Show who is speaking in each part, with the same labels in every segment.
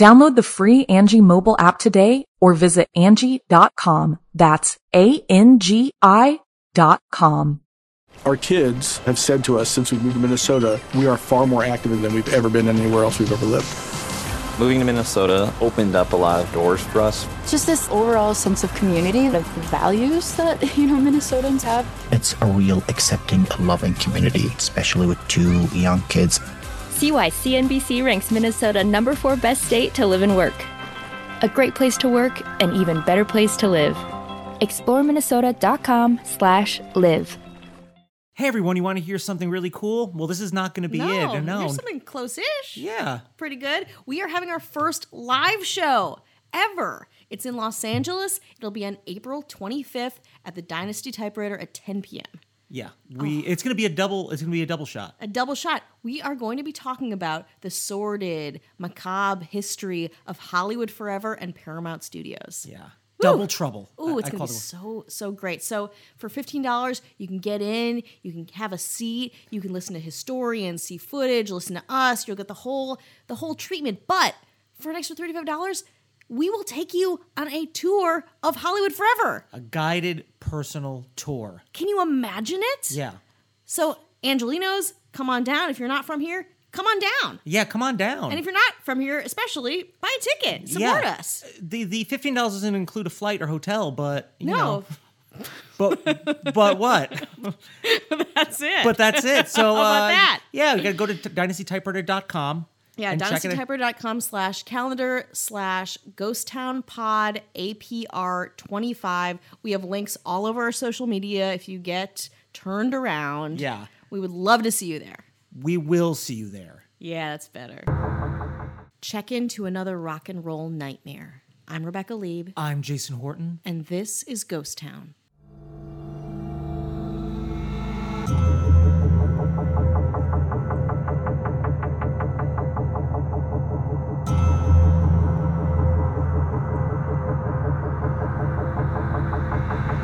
Speaker 1: Download the free Angie mobile app today or visit Angie.com. That's A-N-G-I dot com.
Speaker 2: Our kids have said to us since we moved to Minnesota, we are far more active than we've ever been anywhere else we've ever lived.
Speaker 3: Moving to Minnesota opened up a lot of doors for us.
Speaker 4: just this overall sense of community, of values that, you know, Minnesotans have.
Speaker 5: It's a real accepting, loving community, especially with two young kids.
Speaker 6: See why CNBC ranks Minnesota number four best state to live and work. A great place to work, an even better place to live. ExploreMinnesota.com slash live.
Speaker 7: Hey everyone, you want to hear something really cool? Well, this is not going to be
Speaker 8: no,
Speaker 7: it. No,
Speaker 8: There's something close-ish.
Speaker 7: Yeah.
Speaker 8: Pretty good. We are having our first live show ever. It's in Los Angeles. It'll be on April 25th at the Dynasty Typewriter at 10 p.m.
Speaker 7: yeah,
Speaker 8: Oh.
Speaker 7: we. It's going to be a double. It's going to be a double shot.
Speaker 8: A double shot. We are going to be talking about the sordid, macabre history of Hollywood Forever and Paramount Studios.
Speaker 7: Yeah, double trouble.
Speaker 8: Ooh, it's
Speaker 7: I
Speaker 8: gonna
Speaker 7: call
Speaker 8: be
Speaker 7: it-
Speaker 8: so so great. So for fifteen dollars, you can get in, you can have a seat, you can listen to historians, see footage, listen to us. You'll get the whole the whole treatment. But for an extra thirty five dollars, we will take you on a tour of Hollywood Forever.
Speaker 7: a guided personal tour.
Speaker 8: Can you imagine it?
Speaker 7: Yeah,
Speaker 8: So Angelinos, come on down. If you're not from here, come on down.
Speaker 7: yeah. Come on down.
Speaker 8: And if you're not from here, especially buy a ticket. Support
Speaker 7: Yeah.
Speaker 8: us.
Speaker 7: the the fifteen dollars doesn't include a flight or hotel, but you
Speaker 8: No,
Speaker 7: know, but but what?
Speaker 8: that's it.
Speaker 7: But that's it. So
Speaker 8: about
Speaker 7: uh,
Speaker 8: that?
Speaker 7: yeah, we got to go to t- dynastytypewriter.com.
Speaker 8: Yeah,
Speaker 7: and check it out.
Speaker 8: dynastytypewriter.com slash calendar slash ghost town pod APR 25. We have links all over our social media if you get turned around.
Speaker 7: Yeah.
Speaker 8: We would love to see you there.
Speaker 7: We will see you there.
Speaker 8: Yeah, that's better. Check into another rock and roll nightmare. I'm Rebecca Lieb,
Speaker 7: I'm Jason Horton.
Speaker 8: and this is Ghost Town.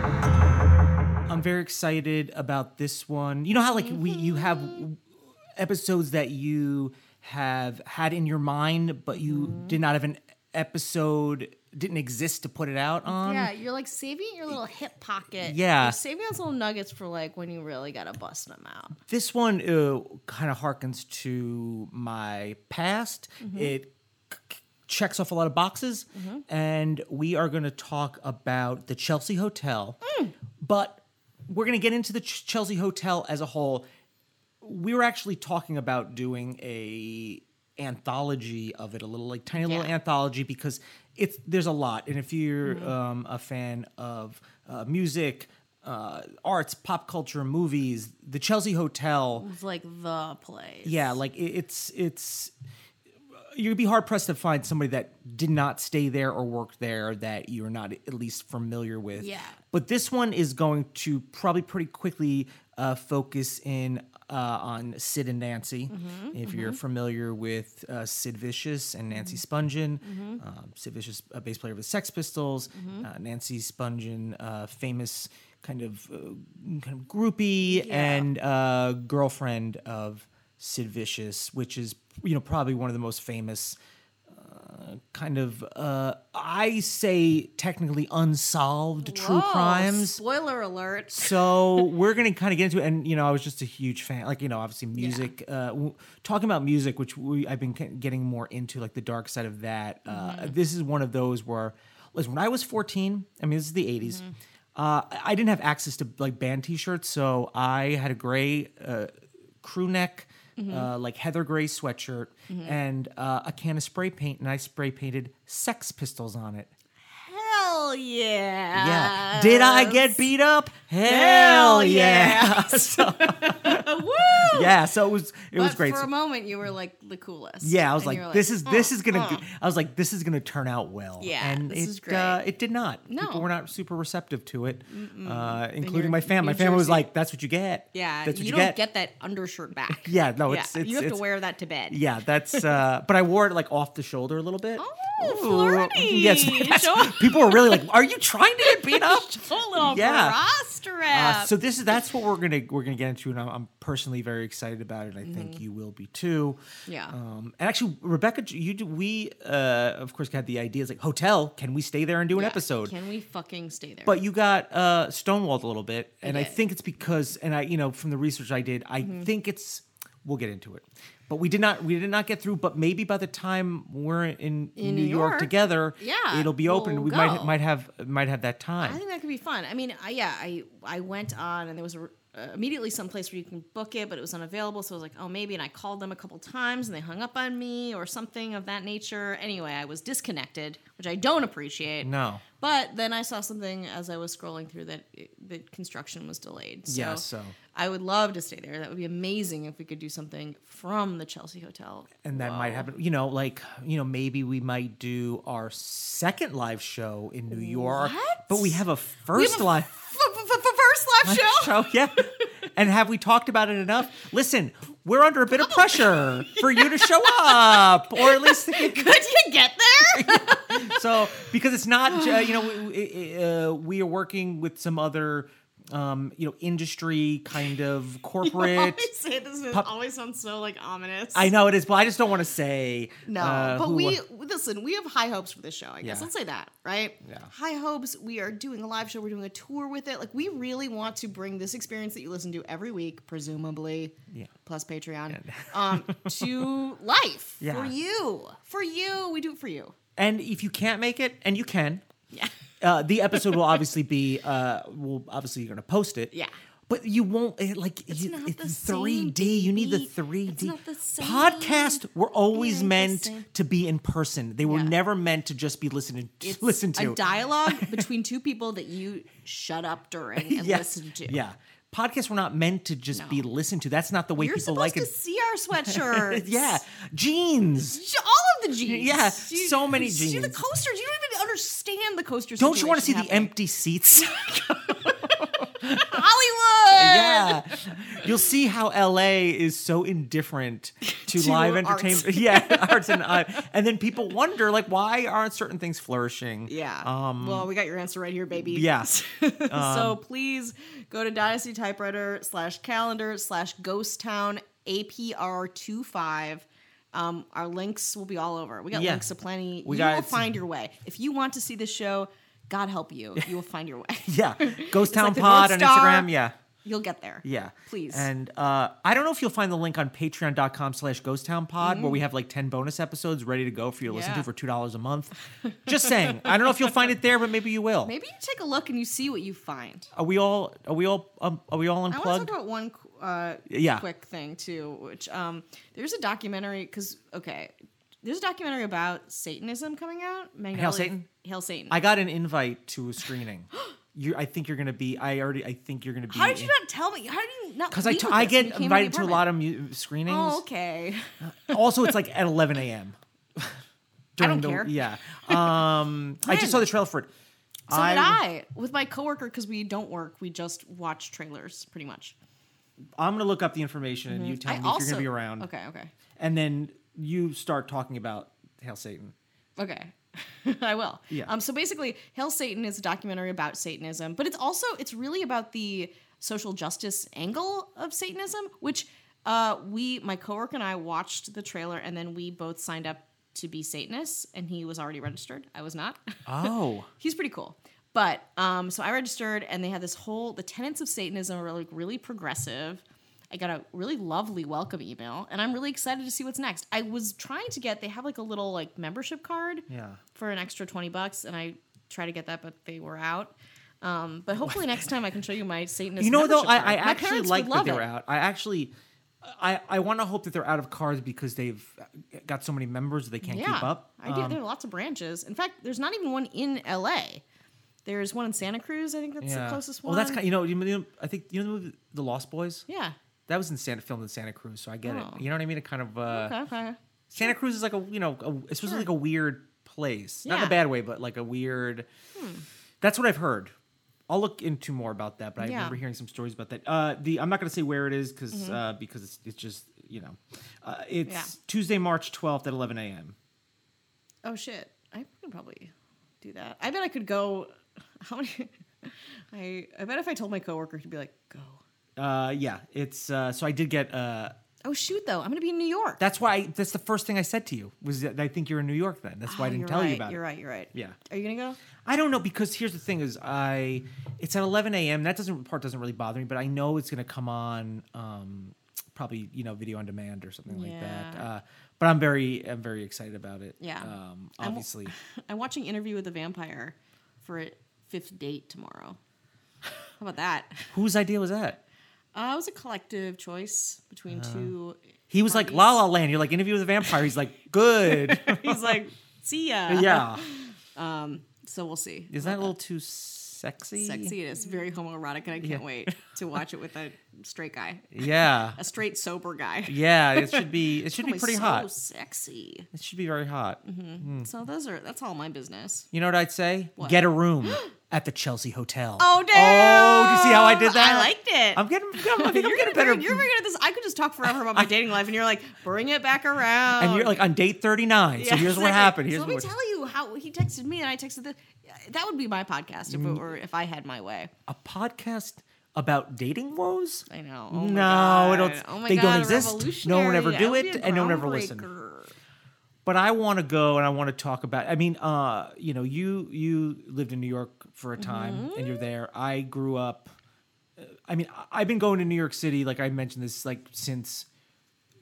Speaker 7: I'm very excited about this one. You know how like we you have episodes that you have had in your mind, but you did not have an episode didn't exist to put it out on.
Speaker 8: yeah, you're like saving your little hip pocket.
Speaker 7: Yeah.
Speaker 8: You're saving those little nuggets for like when you really got to bust them out.
Speaker 7: This one uh, kind of harkens to my past. It c- c- checks off a lot of boxes, and we are going to talk about the Chelsea Hotel, but we're going to get into the Ch- Chelsea Hotel as a whole. we were actually talking about doing a anthology of it a little like tiny little
Speaker 8: Yeah.
Speaker 7: anthology because it's there's a lot and if you're um, a fan of uh, music uh, arts pop culture movies the chelsea hotel
Speaker 8: It's like the place.
Speaker 7: yeah like it, it's it's you'd be hard pressed to find somebody that did not stay there or work there that you're not at least familiar with
Speaker 8: Yeah.
Speaker 7: but this one is going to probably pretty quickly uh, focus in uh, on Sid and Nancy. if you're familiar with uh, Sid Vicious and Nancy Spungen, um, Sid Vicious, a bass player of the Sex Pistols, uh, Nancy Spungen, uh, famous kind of uh, kind of groupie and uh, girlfriend of Sid Vicious, which is you know probably one of the most famous kind of uh, I say technically unsolved true
Speaker 8: Whoa,
Speaker 7: crimes.
Speaker 8: Oh, Spoiler alert.
Speaker 7: So we're gonna kind of get into it, and you know, I was just a huge fan. Like you know, obviously music. Uh, w- talking about music, which we, I've been ki- getting more into, like the dark side Mm-hmm. of that. Uh, This is one of those where, listen, when I was fourteen, I mean, this is the 80s Uh, I- I didn't have access to like band T-shirts, so I had a gray uh, crew neck, uh, like heather gray sweatshirt, and uh, a can of spray paint, and I spray painted Sex Pistols on it.
Speaker 8: Hell yeah.
Speaker 7: Yeah. Did I get beat up? Hell yeah. so,
Speaker 8: Woo!
Speaker 7: yeah. So it was it was
Speaker 8: But
Speaker 7: great.
Speaker 8: For
Speaker 7: So-
Speaker 8: a moment, you were like the coolest.
Speaker 7: yeah, I was
Speaker 8: And
Speaker 7: like,
Speaker 8: you were "Oh,
Speaker 7: this is this is gonna. g- I was like, this is gonna turn out well.
Speaker 8: Yeah,
Speaker 7: and
Speaker 8: this
Speaker 7: it,
Speaker 8: is great.
Speaker 7: Uh, it did not.
Speaker 8: No.
Speaker 7: people were not super receptive to it, uh, including my
Speaker 8: you're-
Speaker 7: family. My
Speaker 8: New
Speaker 7: family was
Speaker 8: Jersey.
Speaker 7: like, "That's what you get.
Speaker 8: Yeah,
Speaker 7: that's what
Speaker 8: you,
Speaker 7: you,
Speaker 8: don't get. that undershirt back.
Speaker 7: Yeah, no, it's- it's-
Speaker 8: you have
Speaker 7: it's-
Speaker 8: to wear that to bed.
Speaker 7: Yeah, that's. uh But I wore it like off the shoulder a little bit.
Speaker 8: Oh,
Speaker 7: Ooh.
Speaker 8: flirty.
Speaker 7: Yes, that's- people were really like, "Are you trying to get beat up?"
Speaker 8: a little
Speaker 7: Yeah.
Speaker 8: bra strap.
Speaker 7: Uh, so this is that's what we're gonna we're gonna get into, and I'm, I'm personally very excited about it. and I think
Speaker 8: Mm-hmm.
Speaker 7: you will be too.
Speaker 8: Yeah.
Speaker 7: Um, and actually, Rebecca, you do- we uh, of course had the ideas like hotel. Can we stay there and do an episode?
Speaker 8: Can we fucking stay there?
Speaker 7: But you got uh, stonewalled a little bit, and I
Speaker 8: did. Mm-hmm.
Speaker 7: think it's because, and I you know from the research I did, I think it's. We'll get into it, but we did not we did not get through. But maybe by the time we're in,
Speaker 8: In
Speaker 7: New
Speaker 8: New
Speaker 7: York,
Speaker 8: York,
Speaker 7: together,
Speaker 8: yeah,
Speaker 7: it'll be open.
Speaker 8: we'll
Speaker 7: we
Speaker 8: go.
Speaker 7: might might have might have that time.
Speaker 8: I think that could be fun. I mean, I, yeah, I I went on and there was a, uh, immediately some place where you can book it, but it was unavailable. So I was like, oh, maybe. And I called them a couple times and they hung up on me or something of that nature. Anyway, I was disconnected, which I don't appreciate.
Speaker 7: no.
Speaker 8: But then I saw something as I was scrolling through that that construction was delayed. So
Speaker 7: Yeah, so-
Speaker 8: I would love to stay there. That would be amazing if we could do something from the Chelsea Hotel.
Speaker 7: and that might happen you know like you know maybe we might do our second live show in new york
Speaker 8: What?
Speaker 7: but we have a first
Speaker 8: a
Speaker 7: live
Speaker 8: F- f- f- first live show.
Speaker 7: show yeah and have we talked about it enough listen we're under a bit of pressure for you to show up or at least
Speaker 8: Could you get there?
Speaker 7: so because it's not uh, you know we, uh, we are working with some other um, you know industry kind of corporate
Speaker 8: I say this and it always sounds so like ominous.
Speaker 7: i know it is but i just don't want to say
Speaker 8: No,
Speaker 7: uh,
Speaker 8: but
Speaker 7: who-
Speaker 8: we listen. We have high hopes for this show. I guess
Speaker 7: Yeah.
Speaker 8: let's say that, right? Yeah. High hopes. We are doing a live show. We're doing a tour with it. Like we really want to bring this experience that you listen to every week, presumably, yeah. plus Patreon, um, to life
Speaker 7: Yeah.
Speaker 8: for you. For you, we do it for you.
Speaker 7: And if you can't make it, and you can, yeah, uh, the episode will obviously be. Uh, will obviously you're gonna post it.
Speaker 8: Yeah.
Speaker 7: But you won't it, like it's,
Speaker 8: not the
Speaker 7: it's
Speaker 8: same,
Speaker 7: 3D. You need the
Speaker 8: baby.
Speaker 7: 3D.
Speaker 8: It's not the same.
Speaker 7: Podcasts were always
Speaker 8: ain't the
Speaker 7: meant
Speaker 8: same.
Speaker 7: to be in person. They were
Speaker 8: Yeah.
Speaker 7: never meant to just be listened to.
Speaker 8: It's
Speaker 7: Listen to
Speaker 8: a dialogue between two people that you shut up during and
Speaker 7: Yeah.
Speaker 8: listen to.
Speaker 7: Yeah. Podcasts were not meant to just be listened to. That's not the way
Speaker 8: You're
Speaker 7: people
Speaker 8: supposed
Speaker 7: like
Speaker 8: to
Speaker 7: it.
Speaker 8: see our sweatshirts.
Speaker 7: Yeah. Jeans.
Speaker 8: all of the jeans.
Speaker 7: Yeah,
Speaker 8: You-
Speaker 7: so many
Speaker 8: See the
Speaker 7: jeans.
Speaker 8: coasters. You don't even understand the coasters.
Speaker 7: Don't you want to see the
Speaker 8: happening.
Speaker 7: empty seats?
Speaker 8: Hollywood?
Speaker 7: yeah. You'll see how LA is so indifferent to,
Speaker 8: To
Speaker 7: live
Speaker 8: arts.
Speaker 7: entertainment. Yeah, arts and uh, and then people wonder like why aren't certain things flourishing?
Speaker 8: Yeah.
Speaker 7: Um,
Speaker 8: well, we got your answer right here, baby.
Speaker 7: Yeah. Um,
Speaker 8: so please go to Dynasty Typewriter slash calendar slash ghost town APR25. Um, our links will be all over. We got
Speaker 7: Yeah.
Speaker 8: links aplenty.
Speaker 7: We
Speaker 8: you
Speaker 7: got-
Speaker 8: will find your way. If you want to see this show, God help you. You will find your way.
Speaker 7: Yeah. Ghost Town
Speaker 8: like the
Speaker 7: Pod on
Speaker 8: North Star.
Speaker 7: Instagram. Yeah.
Speaker 8: You'll get there.
Speaker 7: Yeah.
Speaker 8: Please.
Speaker 7: And uh, I don't know if you'll find the link on patreon.com slash ghost town pod where we have like 10 bonus episodes ready to go for you to listen
Speaker 8: Mm-hmm. Yeah.
Speaker 7: to for $2 a month. Just saying. I don't know if you'll find it there, but maybe you will.
Speaker 8: Maybe you take a look and you see what you find.
Speaker 7: Are we all, are we all, um, are we all
Speaker 8: I want to
Speaker 7: unplugged?
Speaker 8: talk about one qu- uh,
Speaker 7: Yeah.
Speaker 8: quick thing too, which um, there's a documentary because okay, there's a documentary about Satanism coming out. Magnolia,
Speaker 7: Satan?
Speaker 8: Hail Satan.
Speaker 7: I got an invite to a screening. you, I think you're gonna be. I already. I think you're gonna be.
Speaker 8: How did you not tell me? How did you not?
Speaker 7: Because I, t- I get invited to a lot of mu- screenings.
Speaker 8: Oh, okay.
Speaker 7: also, it's like at 11 a.m. During
Speaker 8: don't
Speaker 7: the,
Speaker 8: care.
Speaker 7: Yeah. Um, I just saw the trailer for it.
Speaker 8: So did I with my coworker because we don't work. We just watch trailers pretty much.
Speaker 7: I'm gonna look up the information and you tell
Speaker 8: Mm-hmm. I
Speaker 7: me
Speaker 8: also
Speaker 7: if you're gonna be around.
Speaker 8: Okay, okay,
Speaker 7: And then you start talking about Hail Satan.
Speaker 8: okay. I will.
Speaker 7: Yeah.
Speaker 8: Um. So basically, Hail Satan is a documentary about Satanism, but it's also it's really about the social justice angle of Satanism, which uh, we my coworker and I watched the trailer, and then we both signed up to be Satanists, and he was already registered. I was not.
Speaker 7: Oh.
Speaker 8: he's pretty cool. But um, so I registered, and they had this whole the tenets of Satanism are like really progressive. I got a really lovely welcome email, and I'm really excited to see what's next. I was trying to get they have like a little like membership card
Speaker 7: Yeah.
Speaker 8: for an extra twenty bucks, and I tried to get that, but they were out. Um, but hopefully next time I can show you my Satanist.
Speaker 7: You know, though,
Speaker 8: membership
Speaker 7: I,
Speaker 8: card.
Speaker 7: I
Speaker 8: My
Speaker 7: actually
Speaker 8: parents
Speaker 7: like
Speaker 8: would
Speaker 7: that
Speaker 8: love
Speaker 7: they're
Speaker 8: it.
Speaker 7: out. I actually, I, I want to hope that they're out of cards because they've got so many members that they can't
Speaker 8: Yeah,
Speaker 7: keep up. Um,
Speaker 8: I do. There are lots of branches. In fact, there's not even one in L.A. There's one in Santa Cruz. I think that's the closest one.
Speaker 7: Well, that's kind. You know, you, you know, I think you know the movie The Lost Boys.
Speaker 8: yeah.
Speaker 7: That was in Santa, filmed in Santa Cruz, so I get
Speaker 8: Oh.
Speaker 7: it. You know what I mean? It kind of uh,
Speaker 8: Okay. okay.
Speaker 7: Santa Cruz is like a you know a, it's supposed to be like a weird place, not in
Speaker 8: Yeah. Hmm.
Speaker 7: a bad way, but like a weird. That's what I've heard. I'll look into more about that, but I
Speaker 8: Yeah. Mm-hmm.
Speaker 7: remember hearing some stories about that. Uh, the I'm not going to say where it is because uh, because it's, it's just you know, uh, it's
Speaker 8: Yeah.
Speaker 7: Tuesday, March 12th at 11 a.m.
Speaker 8: Oh shit! I could probably do that. I bet I could go. How many? I I bet if I told my coworker, he'd be like, "Go."
Speaker 7: Uh, yeah, it's uh, so I did get. Uh,
Speaker 8: Oh shoot! Though I'm gonna be in New York.
Speaker 7: that's why I, that's the first thing I said to you was that I think you're in New York. Then that's why I
Speaker 8: Oh,
Speaker 7: didn't
Speaker 8: you're
Speaker 7: tell you
Speaker 8: right,
Speaker 7: about it.
Speaker 8: You're right. You're right.
Speaker 7: Yeah.
Speaker 8: Are you gonna go?
Speaker 7: I don't know because here's the thing: is I, it's at 11 a.m. That doesn't part doesn't really bother me, but I know it's going to come on, um, probably you know video on demand or something like that.
Speaker 8: Yeah.
Speaker 7: Uh, but I'm very I'm very excited about it.
Speaker 8: Yeah.
Speaker 7: Um,
Speaker 8: I'm-
Speaker 7: obviously,
Speaker 8: I'm watching Interview with the Vampire for a fifth date tomorrow. How about that?
Speaker 7: whose idea was that?
Speaker 8: Uh, it was a collective choice between two.
Speaker 7: Uh-huh. He was like La La Land. You're like Interview with a Vampire. He's like good.
Speaker 8: He's like, "See ya."
Speaker 7: yeah.
Speaker 8: So we'll see.
Speaker 7: Is that a little too sexy?
Speaker 8: Sexy. It is very homoerotic, and I can't wait to watch it with a straight guy,
Speaker 7: Yeah.
Speaker 8: a straight sober guy.
Speaker 7: Yeah. It should be. It should be
Speaker 8: Always
Speaker 7: pretty
Speaker 8: so
Speaker 7: hot. Hmm.
Speaker 8: Sexy.
Speaker 7: It should be very hot.
Speaker 8: So those are that's all my business.
Speaker 7: You know what I'd say? Get a room at the Chelsea Hotel.
Speaker 8: Oh damn!
Speaker 7: Oh, do you see how I did that?
Speaker 8: I liked it.
Speaker 7: I'm getting. I'm, I think I'm getting
Speaker 8: you're getting
Speaker 7: better.
Speaker 8: You're very good at this. I could just talk forever about my dating life, and you're like, bring it back around.
Speaker 7: and you're like on date 39. so
Speaker 8: Yeah,
Speaker 7: here's what
Speaker 8: exactly.
Speaker 7: happened. Here's
Speaker 8: so let me
Speaker 7: what.
Speaker 8: tell you how he texted me and I texted this. That would be my podcast if
Speaker 7: Mm.
Speaker 8: it were if I had my way.
Speaker 7: a podcast about dating woes.
Speaker 8: I know. Oh my
Speaker 7: No,
Speaker 8: God.
Speaker 7: it'll-
Speaker 8: Oh my
Speaker 7: they
Speaker 8: God,
Speaker 7: don't
Speaker 8: a
Speaker 7: exist. No one would ever
Speaker 8: revolutionary.
Speaker 7: do
Speaker 8: That would
Speaker 7: it,
Speaker 8: be a
Speaker 7: and no one ever listened.
Speaker 8: groundbreaker.
Speaker 7: But I want to go and I want to talk about. I mean, uh, you know, you you lived in New York for a time
Speaker 8: Mm-hmm.
Speaker 7: and you're there. I grew up. uh, I mean, I- I've been going to New York City, like I mentioned this, like since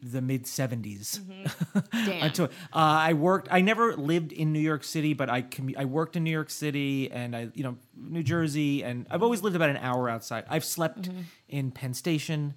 Speaker 7: the mid 70s.
Speaker 8: Damn.
Speaker 7: until uh, I worked. I never lived in New York City, but I commu- I worked in New York City and I you know New Jersey, and I've always lived about an hour outside. I've slept in Penn Station. Uh,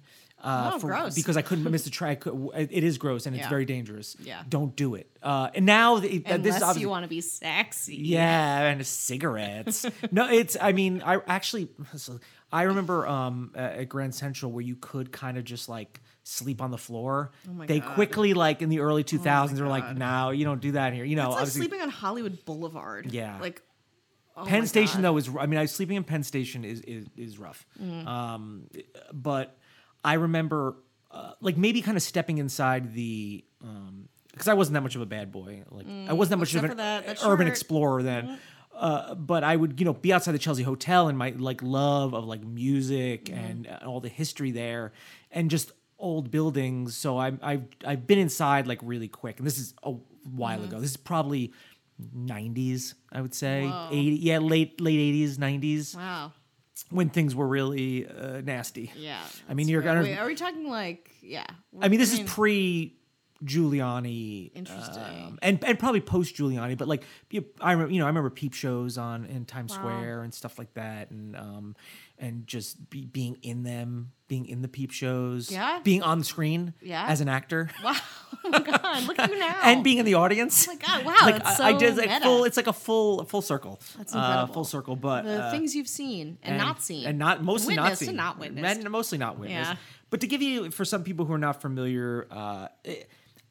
Speaker 8: Mm-hmm. Oh, gross.
Speaker 7: Because I couldn't miss the track. It is gross and it's
Speaker 8: Yeah.
Speaker 7: very dangerous.
Speaker 8: Yeah.
Speaker 7: don't do it. Uh, and now th- it- this
Speaker 8: Unless
Speaker 7: is obviously,
Speaker 8: you want to be sexy.
Speaker 7: yeah, and cigarettes. no, it's. I mean, I actually, so I remember um uh, at Grand Central where you could kind of just like sleep on the floor.
Speaker 8: Oh
Speaker 7: they quickly like in the early two thousands were like, no, you don't do that here. You know,
Speaker 8: It's like
Speaker 7: obviously
Speaker 8: sleeping on Hollywood Boulevard.
Speaker 7: Yeah.
Speaker 8: Like oh
Speaker 7: Penn
Speaker 8: my
Speaker 7: Station
Speaker 8: God. Mm.
Speaker 7: though is. I mean, I sleeping in Penn Station is is, is rough. Um, but I remember uh, like maybe kind of stepping inside the. Um, because I wasn't that much of a bad boy, like I wasn't that much of
Speaker 8: Mm, except
Speaker 7: an
Speaker 8: for that- that
Speaker 7: urban
Speaker 8: shirt. Mm-hmm.
Speaker 7: explorer then. Uh, but I would, you know, be outside the Chelsea Hotel and my like love of like music
Speaker 8: Mm-hmm.
Speaker 7: and uh, all the history there, and just old buildings. So I, I've I've been inside like really quick, and this is a while
Speaker 8: Mm-hmm.
Speaker 7: ago. This is probably '90s, I would say, '80, yeah, late late '80s, '90s,
Speaker 8: Wow.
Speaker 7: when things were really uh, nasty.
Speaker 8: Yeah.
Speaker 7: I mean, you're
Speaker 8: Wait,
Speaker 7: gonna.
Speaker 8: wait, are we talking like yeah?
Speaker 7: I mean, this is pre Giuliani.
Speaker 8: Interesting.
Speaker 7: um, and and probably post Giuliani, but like you- I remember, you know, I remember peep shows on in Times Square and stuff like that, and um, and just be, being in them, being in the peep shows,
Speaker 8: Yeah?
Speaker 7: being on the screen,
Speaker 8: Yeah.
Speaker 7: as an actor,
Speaker 8: God, look at you now.
Speaker 7: and being in the audience.
Speaker 8: Oh my God, wow,
Speaker 7: like
Speaker 8: that's
Speaker 7: I, I
Speaker 8: so
Speaker 7: did like
Speaker 8: meta.
Speaker 7: full. It's like a full full circle. That's
Speaker 8: incredible.
Speaker 7: full circle, but
Speaker 8: the
Speaker 7: uh,
Speaker 8: things you've seen and, not seen
Speaker 7: and not mostly not
Speaker 8: Witnessed
Speaker 7: seen
Speaker 8: and not witnessed.
Speaker 7: Men- mostly not witnessed
Speaker 8: Yeah.
Speaker 7: but to give you for some people who are not familiar uh, eh,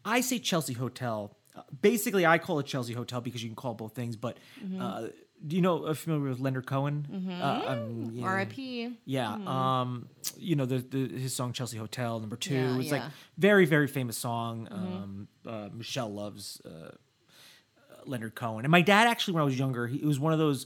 Speaker 7: i say chelsea hotel Uh, basically i call it chelsea hotel because you can call it both things but
Speaker 8: Mm-hmm.
Speaker 7: uh, do you know are familiar with leonard cohen Uh, um, yeah.
Speaker 8: R.I.P.
Speaker 7: Yeah, um, you know the, the his song Chelsea Hotel number two.
Speaker 8: Yeah,
Speaker 7: it's
Speaker 8: yeah. Mm-hmm.
Speaker 7: like very very famous song. Um, uh, Michelle loves uh, Leonard Cohen, and my dad actually when I was younger, he, he was one of those.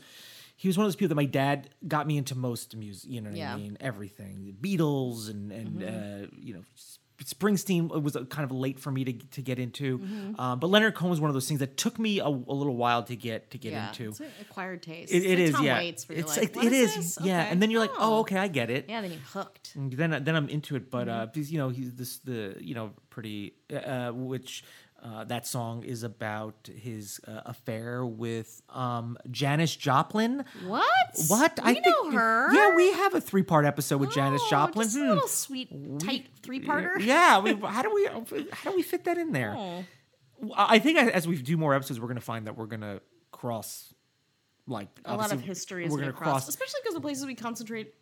Speaker 7: He was one of those people that my dad got me into most music. You know what
Speaker 8: Yeah. Mm-hmm.
Speaker 7: I mean? Everything, the Beatles, and and uh, you know. Sp- Springsteen was uh, kind of late for me to, to get into,
Speaker 8: Mm-hmm.
Speaker 7: Uh, but Leonard Cohen was one of those things that took me a, a little while to get to get
Speaker 8: Yeah,
Speaker 7: into.
Speaker 8: it's an acquired taste.
Speaker 7: It, it
Speaker 8: it's
Speaker 7: is,
Speaker 8: like Tom
Speaker 7: yeah.
Speaker 8: Waits, where you're
Speaker 7: it's
Speaker 8: like,
Speaker 7: it-
Speaker 8: "What
Speaker 7: it
Speaker 8: is
Speaker 7: is,
Speaker 8: this?
Speaker 7: yeah.
Speaker 8: Okay.
Speaker 7: And then you're like,
Speaker 8: Oh.
Speaker 7: oh, okay, I get it.
Speaker 8: yeah, Mm-hmm. then you're hooked.
Speaker 7: And then then I'm into it. But uh, because you know he's this the you know pretty uh, uh, which Uh, that song is about his uh, affair with um, Janis Joplin.
Speaker 8: What?
Speaker 7: What?
Speaker 8: We know her.
Speaker 7: Yeah, we have a three-part episode with Janis
Speaker 8: Oh,
Speaker 7: Joplin.
Speaker 8: Just
Speaker 7: Hmm.
Speaker 8: a little sweet, tight three-parter.
Speaker 7: Yeah. We, how do we how do we fit that in there?
Speaker 8: Oh.
Speaker 7: I I think as we do more episodes, we're gonna find that we're gonna cross like
Speaker 8: a lot of
Speaker 7: obviously,
Speaker 8: history is
Speaker 7: We're
Speaker 8: going
Speaker 7: gonna
Speaker 8: to cross, especially because the places we concentrate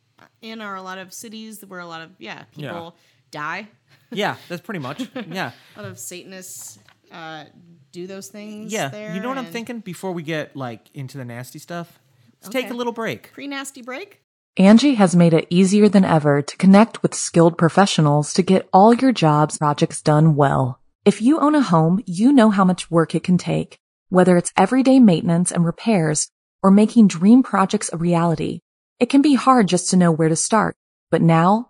Speaker 8: in are a lot of cities where a lot of yeah
Speaker 7: Yeah.
Speaker 8: people die.
Speaker 7: yeah, that's pretty much. Yeah.
Speaker 8: A lot of Satanists uh, do those things.
Speaker 7: Yeah,
Speaker 8: there
Speaker 7: you know what I'm
Speaker 8: and-
Speaker 7: thinking. Before we get like into the nasty stuff, let's take a
Speaker 8: Okay.
Speaker 7: little break.
Speaker 8: Pre-nasty break.
Speaker 1: Angie has made it easier than ever to connect with skilled professionals to get all your jobs projects done well. If you own a home, you know how much work it can take, whether it's everyday maintenance and repairs or making dream projects a reality. It can be hard just to know where to start, but now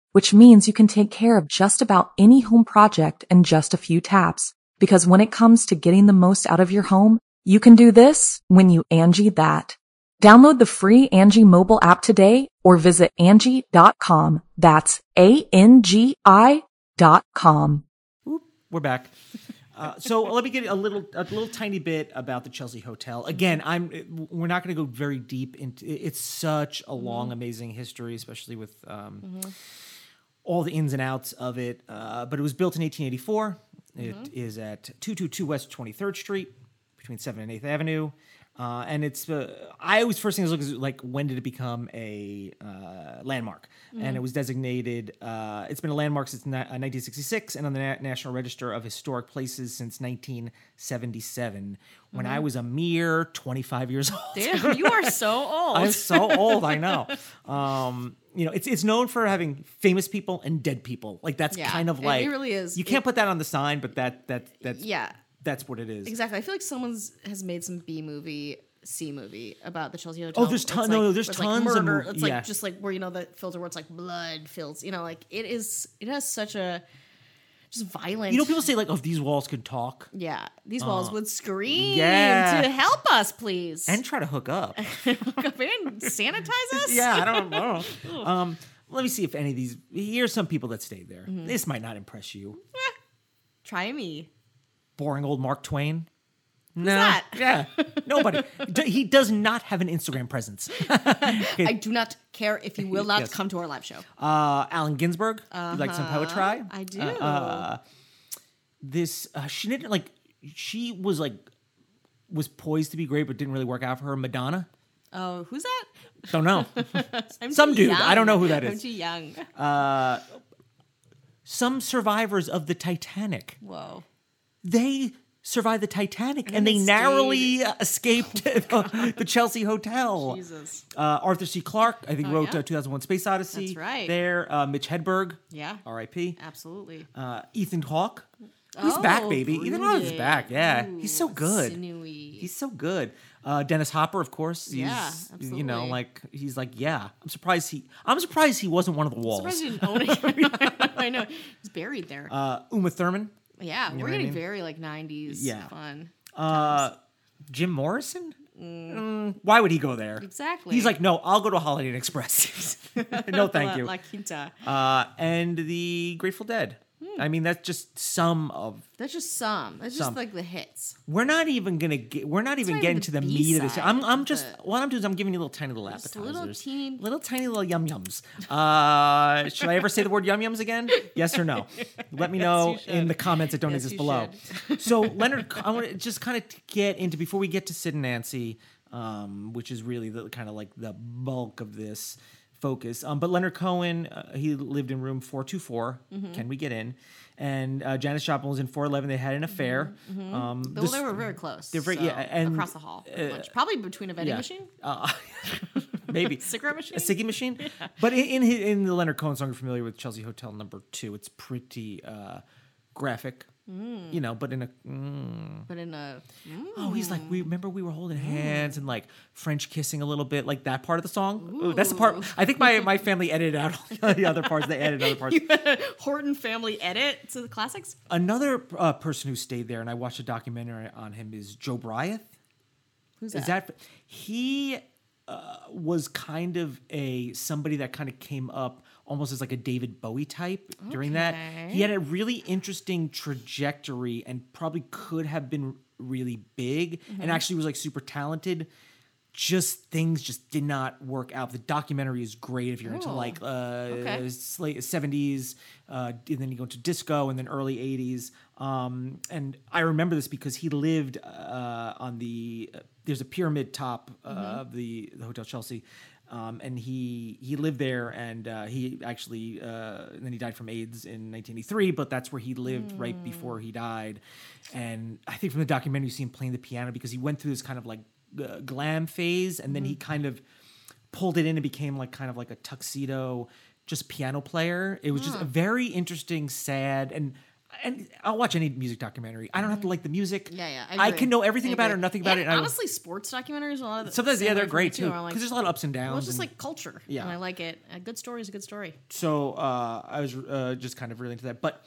Speaker 1: which means you can take care of just about any home project in just a few taps. Because when it comes to getting the most out of your home, you can do this when you Angie that. Download the free Angie mobile app today or visit Angie.com. That's A-N-G-I dot com.
Speaker 7: Oop, we're back. Uh, so let me get a little, a little tiny bit about the Chelsea Hotel. Again, I'm. We're not going to go very deep into. It's such a long, amazing history, especially with um, all the ins and outs of it. Uh, but it was built in 1884. It is at 222 West 23rd Street, between 7th and 8th Avenue. Uh, and it's uh, I always first thing I look is like when did it become a uh, landmark? And it was designated. Uh, it's been a landmark since ni- uh, 1966, and on the Na- National Register of Historic Places since 1977. When I was a mere 25 years old.
Speaker 8: Damn, you are so old.
Speaker 7: I'm so old. I know. Um, you know, it's it's known for having famous people and dead people. Like that's
Speaker 8: Yeah,
Speaker 7: kind of
Speaker 8: it- it
Speaker 7: like
Speaker 8: really is.
Speaker 7: You can't put that on the sign, but that that that's
Speaker 8: yeah,
Speaker 7: that's what it is.
Speaker 8: exactly. I feel like someone's has made some B movie. C movie about the Chelsea Hotel.
Speaker 7: Oh, there's
Speaker 8: It's
Speaker 7: ton-
Speaker 8: Like,
Speaker 7: no, no, there's
Speaker 8: it's
Speaker 7: tons
Speaker 8: like
Speaker 7: of
Speaker 8: murder.
Speaker 7: mov-
Speaker 8: It's like
Speaker 7: yeah.
Speaker 8: just like where you know that filter where it's like blood fills. You know, like it is. It has such a just violent.
Speaker 7: You know, people say like, "Oh, if these walls could talk
Speaker 8: Yeah, these walls would scream
Speaker 7: yeah.
Speaker 8: to help us, please.
Speaker 7: and try to hook up."
Speaker 8: Hook up and sanitize us.
Speaker 7: yeah, I don't, I don't know. Um, let me see if any of these. Here's some people that stayed there.
Speaker 8: Mm-hmm.
Speaker 7: This might not impress you.
Speaker 8: Try me.
Speaker 7: Boring old Mark Twain. No.
Speaker 8: that?
Speaker 7: Yeah. Nobody. D- he does not have an Instagram presence.
Speaker 8: I do not care if you will not come to our live show.
Speaker 7: Uh, Allen Ginsberg. You like some poetry?
Speaker 8: I do.
Speaker 7: Uh, this uh, she didn't like she was like was poised to be great but didn't really work out for her madonna
Speaker 8: oh, who's that?
Speaker 7: don't know
Speaker 8: I'm
Speaker 7: Some
Speaker 8: too
Speaker 7: dude. I don't know who that
Speaker 8: I'm
Speaker 7: is.
Speaker 8: too young.
Speaker 7: some survivors of the titanic
Speaker 8: Whoa.
Speaker 7: they survived the titanic and,
Speaker 8: they
Speaker 7: they narrowly escaped the, chelsea hotel
Speaker 8: Jesus. Oh,
Speaker 7: uh, arthur c clarke i think wrote uh, 2001 space odyssey
Speaker 8: That's right.
Speaker 7: there uh, mitch hedberg
Speaker 8: Yeah.
Speaker 7: rip
Speaker 8: Absolutely.
Speaker 7: uh, ethan hawke He's back,
Speaker 8: Oh,
Speaker 7: baby. Ethan Hawke is
Speaker 8: rooted.
Speaker 7: back. Yeah, he's so good.
Speaker 8: Sinewy.
Speaker 7: He's so good. Uh, Dennis Hopper, of course. He's,
Speaker 8: Yeah,
Speaker 7: You know,
Speaker 8: absolutely.
Speaker 7: like he's like, yeah. I'm surprised he. I'm surprised he wasn't one of the
Speaker 8: Surprised
Speaker 7: walls.
Speaker 8: you didn't own it. I know. He's buried there.
Speaker 7: Uh, Uma Thurman,
Speaker 8: yeah, we're getting
Speaker 7: mean?
Speaker 8: very like 90s
Speaker 7: Yeah.
Speaker 8: fun.
Speaker 7: uh, Jim Morrison. Mm, why would he go there?
Speaker 8: Exactly.
Speaker 7: He's like, no, I'll go to Holiday Inn Express. no, thank
Speaker 8: La-
Speaker 7: you.
Speaker 8: La Quinta.
Speaker 7: Uh, and the Grateful Dead.
Speaker 8: Hmm.
Speaker 7: I mean, that's just some of.
Speaker 8: That's just some. That's just
Speaker 7: Some.
Speaker 8: like the hits.
Speaker 7: We're not even gonna get. We're not even
Speaker 8: not
Speaker 7: getting
Speaker 8: even
Speaker 7: to
Speaker 8: the
Speaker 7: the meat of this.
Speaker 8: B-side
Speaker 7: I'm. I'm
Speaker 8: of
Speaker 7: just.
Speaker 8: the-
Speaker 7: What I'm doing is I'm giving you little tiny little
Speaker 8: Just
Speaker 7: appetizers.
Speaker 8: a little teeny
Speaker 7: little tiny little yum yums. Uh, should I ever say the word yum yums again? Yes or no? Let me know in the comments that don't
Speaker 8: Yes,
Speaker 7: exist
Speaker 8: you
Speaker 7: below. so Leonard, I want to just kind of get into before we get to Sid and Nancy, um, which is really the kind of like the bulk of this focus. Um, but Leonard Cohen, uh, he lived in room 424.
Speaker 8: Mm-hmm.
Speaker 7: Can we get in? And uh, Janice Joplin was in 411. They had an
Speaker 8: Mm-hmm,
Speaker 7: affair. Um,
Speaker 8: Though
Speaker 7: this-
Speaker 8: they were very close.
Speaker 7: they're very-
Speaker 8: so,
Speaker 7: yeah, and- uh,
Speaker 8: across the hall, at lunch. probably between a vending
Speaker 7: yeah.
Speaker 8: machine,
Speaker 7: Uh, maybe
Speaker 8: cigarette machine.
Speaker 7: a Siggy machine. But in in, his, in the Leonard Cohen song, you're familiar with Chelsea Hotel Number Two. It's pretty uh, graphic.
Speaker 8: Mm.
Speaker 7: you know, but in a mm,
Speaker 8: But in a hmm?
Speaker 7: oh, he's like we remember we were holding hands and like French kissing a little bit, like that part of the song. Ooh, that's the part I think my my family edited out all the other parts. They edited other parts.
Speaker 8: Horton family edit to the classics.
Speaker 7: Another uh, person who stayed there, and I watched a documentary on him, is Joe Bryant.
Speaker 8: Who's
Speaker 7: Is that he uh, was kind of a somebody that kind of came up almost as like a David Bowie type during that. He had a really interesting trajectory and probably could have been really big and actually was like super talented. Just things just did not work out. The documentary is great if you're into like uh, s- late 70s, uh, and then you go into disco and then early 80s. Um, and I remember this because he lived uh, on the there's a pyramid top uh, of the, the Hotel Chelsea, um, and he he lived there, and uh, he actually uh, and then he died from AIDS in 1983. But that's where he lived right before he died, and I think from the documentary you see him playing the piano because he went through this kind of like uh, glam phase, and then he kind of pulled it in and became like kind of like a tuxedo just piano player it was just
Speaker 8: Hmm.
Speaker 7: a very interesting sad and and i'll watch any music documentary i don't have to like the music
Speaker 8: Mm-hmm. Yeah, yeah.
Speaker 7: i,
Speaker 8: agree.
Speaker 7: can know everything
Speaker 8: I
Speaker 7: about it or
Speaker 8: agree.
Speaker 7: nothing about
Speaker 8: And
Speaker 7: it and I will-
Speaker 8: honestly, sports documentaries a lot of the
Speaker 7: sometimes
Speaker 8: same
Speaker 7: yeah they're
Speaker 8: way for me,
Speaker 7: great too
Speaker 8: I'm
Speaker 7: because
Speaker 8: like,
Speaker 7: there's a lot of ups and downs
Speaker 8: well, it's just
Speaker 7: and-
Speaker 8: like culture.
Speaker 7: Yeah.
Speaker 8: and I like it. A good story is a good story.
Speaker 7: so uh, I was uh, just kind of really into that. But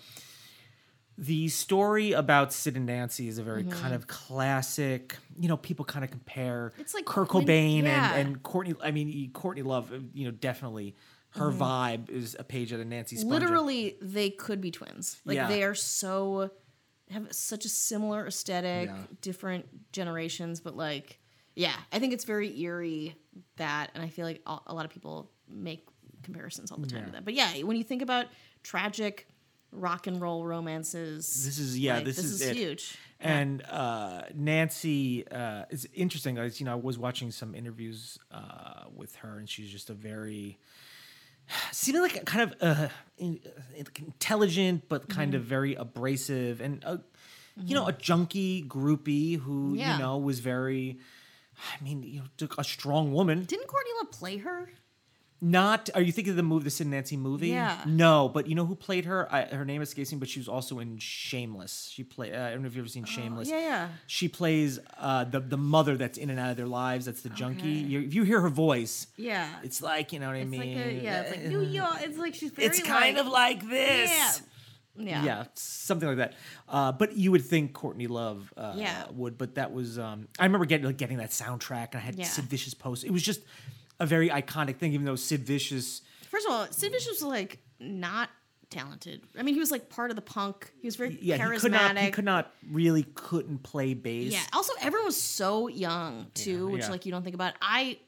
Speaker 7: the story about Sid and Nancy is a very
Speaker 8: Mm-hmm.
Speaker 7: kind of classic. You know, people kind of compare.
Speaker 8: It's like
Speaker 7: Kurt
Speaker 8: Queen-
Speaker 7: Cobain
Speaker 8: yeah.
Speaker 7: and, and Courtney. I mean, e, Courtney Love. uh, You know, definitely her vibe is a page out of Nancy. Spongin.
Speaker 8: Mm-hmm. Literally, they could be twins. Like
Speaker 7: Yeah.
Speaker 8: they are so have such a similar aesthetic, different generations, but like, yeah, I think it's very eerie that, and I feel like a, a lot of people make comparisons all the time to that. But yeah, when you think about tragic rock and roll romances,
Speaker 7: This is yeah.
Speaker 8: like,
Speaker 7: this, is, it.
Speaker 8: huge.
Speaker 7: And uh, Nancy uh, is interesting. I, you know, I was watching some interviews uh, with her, and she's just a very seemed like a kind of uh, in- uh, intelligent, but kind of very abrasive, and a, you know, a junkie groupie who
Speaker 8: Yeah.
Speaker 7: you know was very. I mean, you know, took a strong woman.
Speaker 8: Didn't Courtney Love play her?
Speaker 7: Not are you thinking of the movie, the Sid and Nancy movie?
Speaker 8: Yeah.
Speaker 7: No, but you know who played her? I, her name escapes me, but she was also in Shameless. She played. I don't know if you've ever seen Shameless.
Speaker 8: Oh, yeah, yeah.
Speaker 7: She plays uh, the the mother that's in and out of their lives. That's the junkie. You, if you hear her voice,
Speaker 8: Yeah.
Speaker 7: it's like you know what I
Speaker 8: It's
Speaker 7: mean.
Speaker 8: like a, yeah, it's like New York. It's like she's very
Speaker 7: It's kind
Speaker 8: like,
Speaker 7: of like this.
Speaker 8: yeah, yeah,
Speaker 7: Yeah, something like that. Uh, but you would think Courtney Love uh,
Speaker 8: Yeah.
Speaker 7: would, but that was um, I remember getting like, getting that soundtrack, and I had
Speaker 8: Yeah.
Speaker 7: Sid Vicious post. It was just a very iconic thing, even though Sid Vicious.
Speaker 8: First of all, Sid Vicious was like not talented. I mean, he was like part of the punk. He was very
Speaker 7: Yeah,
Speaker 8: charismatic.
Speaker 7: he could not. He could not really couldn't play bass.
Speaker 8: Yeah. Also, everyone was so young too, which
Speaker 7: yeah.
Speaker 8: like you don't think about. I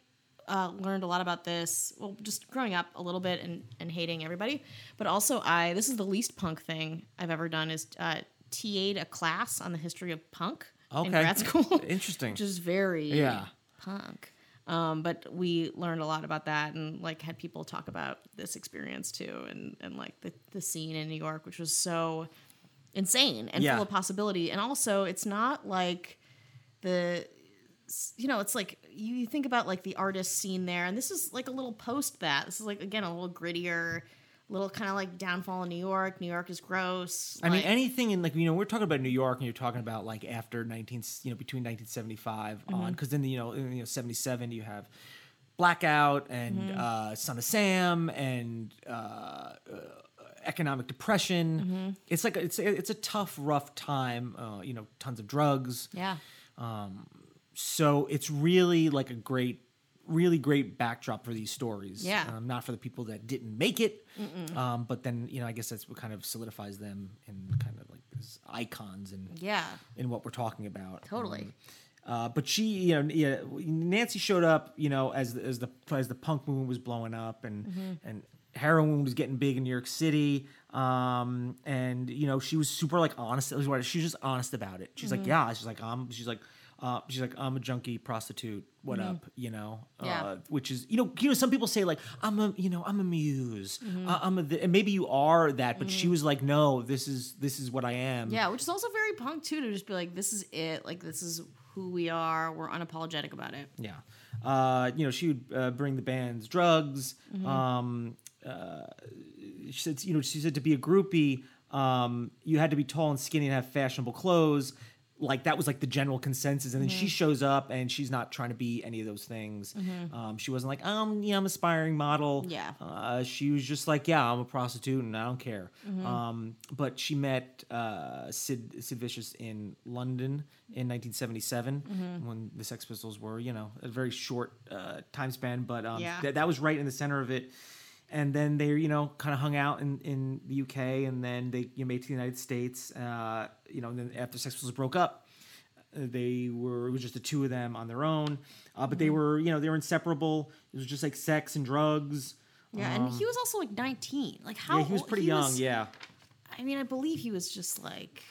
Speaker 8: uh, learned a lot about this. Well, just growing up a little bit and and hating everybody, but also I this is the least punk thing I've ever done is uh, TA'd a class on the history of punk
Speaker 7: Okay.
Speaker 8: in grad school.
Speaker 7: Interesting.
Speaker 8: which is very
Speaker 7: Yeah.
Speaker 8: punk. Um, but we learned a lot about that and like had people talk about this experience too and, and like the, the scene in New York, which was so insane and
Speaker 7: Yeah.
Speaker 8: full of possibility. And also it's not like the you know, it's like you, you think about like the artist scene there, and this is like a little post that. This is like again a little grittier, little kind of like downfall in New York. New York is gross.
Speaker 7: I mean,
Speaker 8: like-
Speaker 7: anything in like you know we're talking about New York, and you're talking about like after 19, you know, between 1975
Speaker 8: Mm-hmm.
Speaker 7: on, because then you know, in, you know, 77 you have Blackout and
Speaker 8: Mm-hmm.
Speaker 7: uh, Son of Sam and uh, uh, economic depression.
Speaker 8: Mm-hmm.
Speaker 7: It's like a, it's a, it's a tough, rough time. Uh, you know, tons of drugs.
Speaker 8: yeah,
Speaker 7: So it's really like a great, really great backdrop for these stories.
Speaker 8: Yeah.
Speaker 7: Um, not for the people that didn't make it, um, but then you know I guess that's what kind of solidifies them in kind of like as icons and
Speaker 8: yeah,
Speaker 7: in what we're talking about.
Speaker 8: totally.
Speaker 7: Um, uh, but she, you know, yeah, Nancy showed up, you know, as the- as the as the punk movement was blowing up and
Speaker 8: Mm-hmm.
Speaker 7: and heroin was getting big in New York City. Um, and you know, she was super like honest. It was what- She was just honest about it. She's
Speaker 8: Mm-hmm.
Speaker 7: like, yeah, she's like, I'm, she's like, uh, she's like, I'm a junkie prostitute. What up? You know,
Speaker 8: Mm-hmm. Yeah.
Speaker 7: uh, which is you know you know some people say like I'm a you know I'm a muse
Speaker 8: Mm-hmm.
Speaker 7: I, am a th-" and maybe you are that but she was like no this is this is what I am
Speaker 8: Yeah, which is also very punk too to just be like, this is it. Like this is who we are. We're unapologetic about it.
Speaker 7: Yeah. Uh, you know, she would uh, bring the band's drugs. Um, uh, she said, you know, she said to be a groupie, Um, you had to be tall and skinny and have fashionable clothes. Like that was like the general consensus, and then she shows up and she's not trying to be any of those things. Um, she wasn't like, um, yeah, I'm an aspiring model.
Speaker 8: Yeah.
Speaker 7: Uh, she was just like, yeah, I'm a prostitute and I don't care. Um, but she met uh, Sid Sid Vicious in London in 1977 when the Sex Pistols were, you know, a very short uh, time span. But um,
Speaker 8: Yeah.
Speaker 7: th- that was right in the center of it. And then they, you know, kind of hung out in, in the UK, and then they you know, made it to the United States. Uh, you know, and then after Sex Pistols broke up, uh, they were it was just the two of them on their own uh, but they were you know they were inseparable it was just like sex and drugs
Speaker 8: Yeah, and he was also like 19. Like how
Speaker 7: Uh-huh. yeah he was
Speaker 8: old-
Speaker 7: pretty young
Speaker 8: was-
Speaker 7: yeah
Speaker 8: I mean, I believe he was just like